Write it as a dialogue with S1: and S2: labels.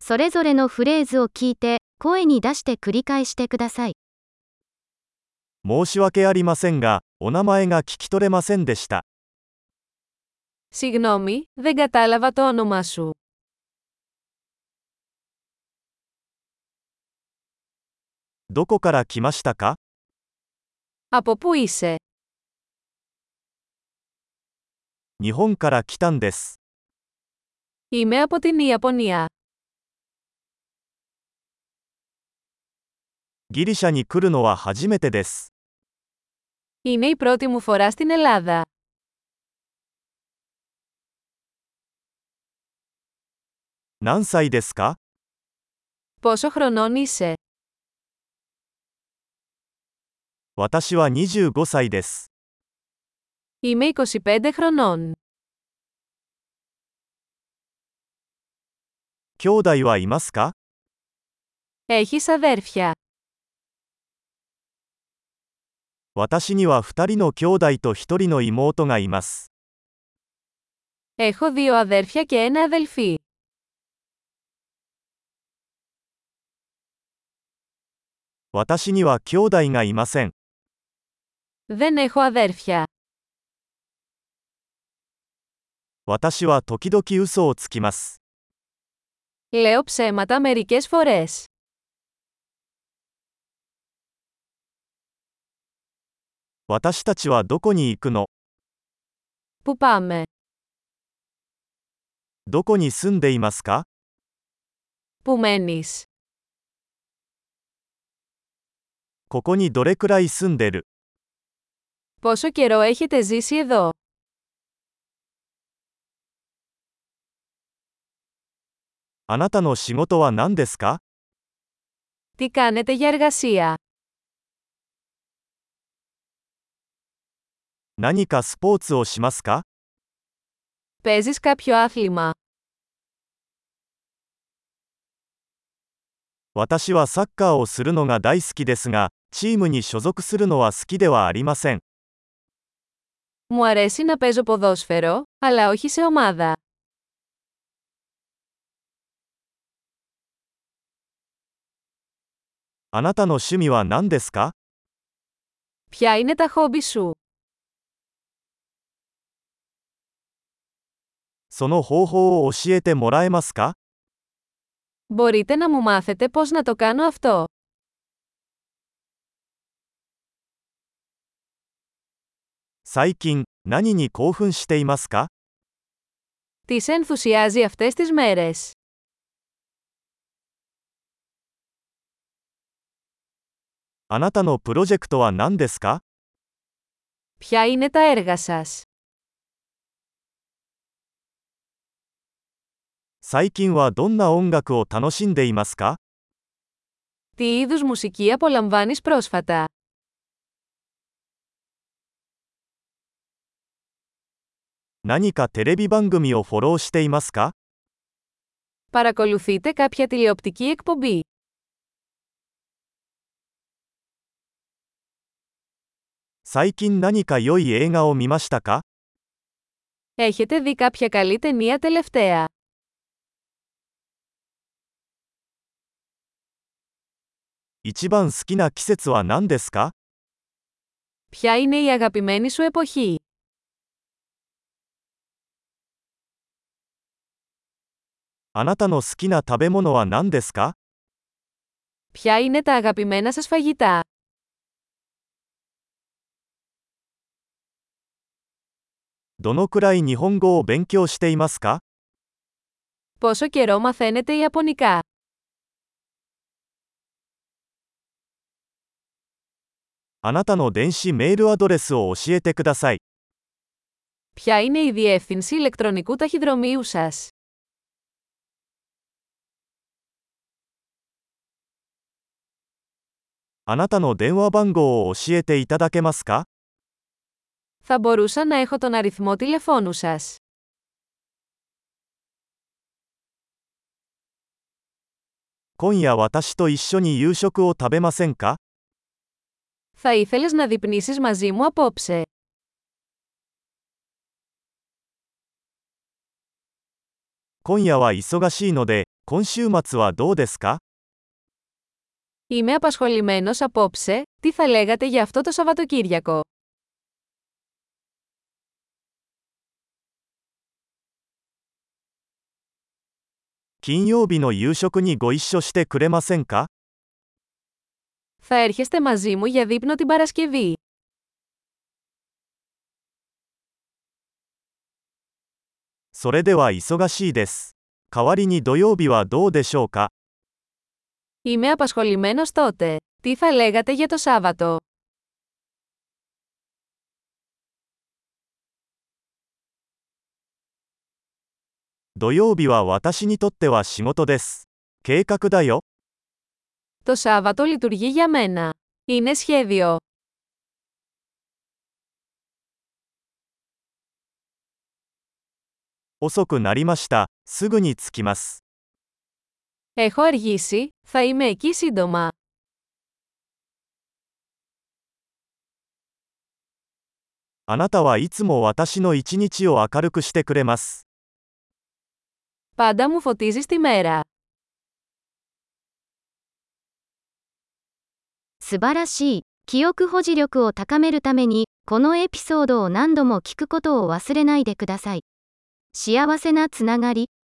S1: それぞれのフレーズを聞いて、声に出して繰り返してください。
S2: 申し訳ありませんが、お名前が聞き取れませんでした。
S3: Συγγνώμη, δεν κατάλαβα το όνομά σου.
S2: どこから来ましたか
S3: Από πού είσαι?
S2: 日本から来たんです。
S3: Είμαι από την Ιαπωνία.
S2: ギリシャに来るのは初めてです。
S3: Είναι η πρώτη μου φορά στην Ελλάδα.
S2: 何歳ですか
S3: Πόσο χρονών είσαι?
S2: 私は25歳です。
S3: Είμαι 25 χρονών.
S2: 兄弟はいますか
S3: Έχεις αδέρφια.
S2: 私には2人の兄弟と1人の妹がいます。
S3: Έχω δύο αδέρφια και ένα αδελφή.
S2: 私には兄弟がいません。
S3: Δεν έχω αδέρφια.
S2: 私は時々嘘をつきます。
S3: Λέω ψέματα μερικές φορές.
S2: 私たちはどこに行くの
S3: Πού πάμε?
S2: どこに住んでいますか
S3: Πού μένεις?
S2: ここにどれくらい住んでる
S3: Πόσο καιρό έχετε ζήσει εδώ?
S2: あなたの仕事は何ですか
S3: Τι κάνετε για εργασία?
S2: 何かスポーツをしますか
S3: Παίζεις κάποιο άθλημα?
S2: 私はサッカーをするのが大好きですが、チームに所属するのは好きではありません。
S3: Μου αρέσει να παίζω ποδόσφαιρο, αλλά όχι σε ομάδα.
S2: あなたの趣味は何ですか
S3: Ποια είναι τα χόμπι σου?
S2: その方法を教えてもらえますか
S3: Μπορείτε να μου μάθετε πώς να το κάνω αυτό.
S2: 最近、何に興奮していますか
S3: Τι σε ενθουσιάζει αυτές τις μέρες?
S2: あなたのプロジェクトは何ですか
S3: Ποια είναι τα έργα σας?
S2: 最近はどんな音楽を楽しんでいますか
S3: Τι είδους μουσική απολαμβάνεις πρόσφατα?
S2: 何かテレビ番組をフォローしていますか
S3: Παρακολουθείτε κάποια τηλεοπτική εκπομπή.
S2: 最近何か良い映画を見ましたか
S3: Έχετε δει κάποια καλή ταινία τελευταία.
S2: 一番好きな季節は何ですか
S3: Ποια είναι η αγαπημένη σου εποχή?
S2: あなたの好きな食べ物は何ですか
S3: Ποια είναι τα αγαπημένα σας φαγητά?
S2: どのくらい日本語を勉強していますか
S3: Πόσο καιρό μαθαίνετε Ιαπωνικά?
S2: あなたの電子メールアドレスを教えてください。
S3: Ποια είναι η διεύθυνση ηλεκτρονικού ταχυδρομείου σας?
S2: あなたの電話番号を教えていただけますか
S3: Θα μπορούσα να έχω τον αριθμό τηλεφώνου σας.
S2: 今夜私と一緒に夕食を食べませんか
S3: Θα ήθελες να δειπνήσεις μαζί μου απόψε.
S2: 今夜は忙しいので、今週末はどうですか
S3: Είμαι απασχολημένος απόψε, τι θα λέγατε για αυτό το Σαββατοκύριακο.
S2: 金曜日の夕食にご一緒してくれませんか
S3: Θα έρχεστε μαζί μου για δείπνο την Παρασκευή.
S2: それでは忙しいです。代わりに土曜日はどうでしょうか
S3: Είμαι απασχολημένος τότε. Τι θα λέγατε για το Σάββατο.
S2: 土曜日は私にとっては仕事です。計画だよ。
S3: Το Σάββατο λειτουργεί για μένα. Είναι σχέδιο.
S2: 遅くなりました。すぐに着きます。
S3: Έχω αργήσει, θα είμαι εκεί σύντομα.
S2: あなたはいつも私の一日を明るくしてくれます。
S3: Πάντα μου φωτίζεις τη μέρα.
S1: 素晴らしい。記憶保持力を高めるために、このエピソードを何度も聞くことを忘れないでください。幸せなつながり。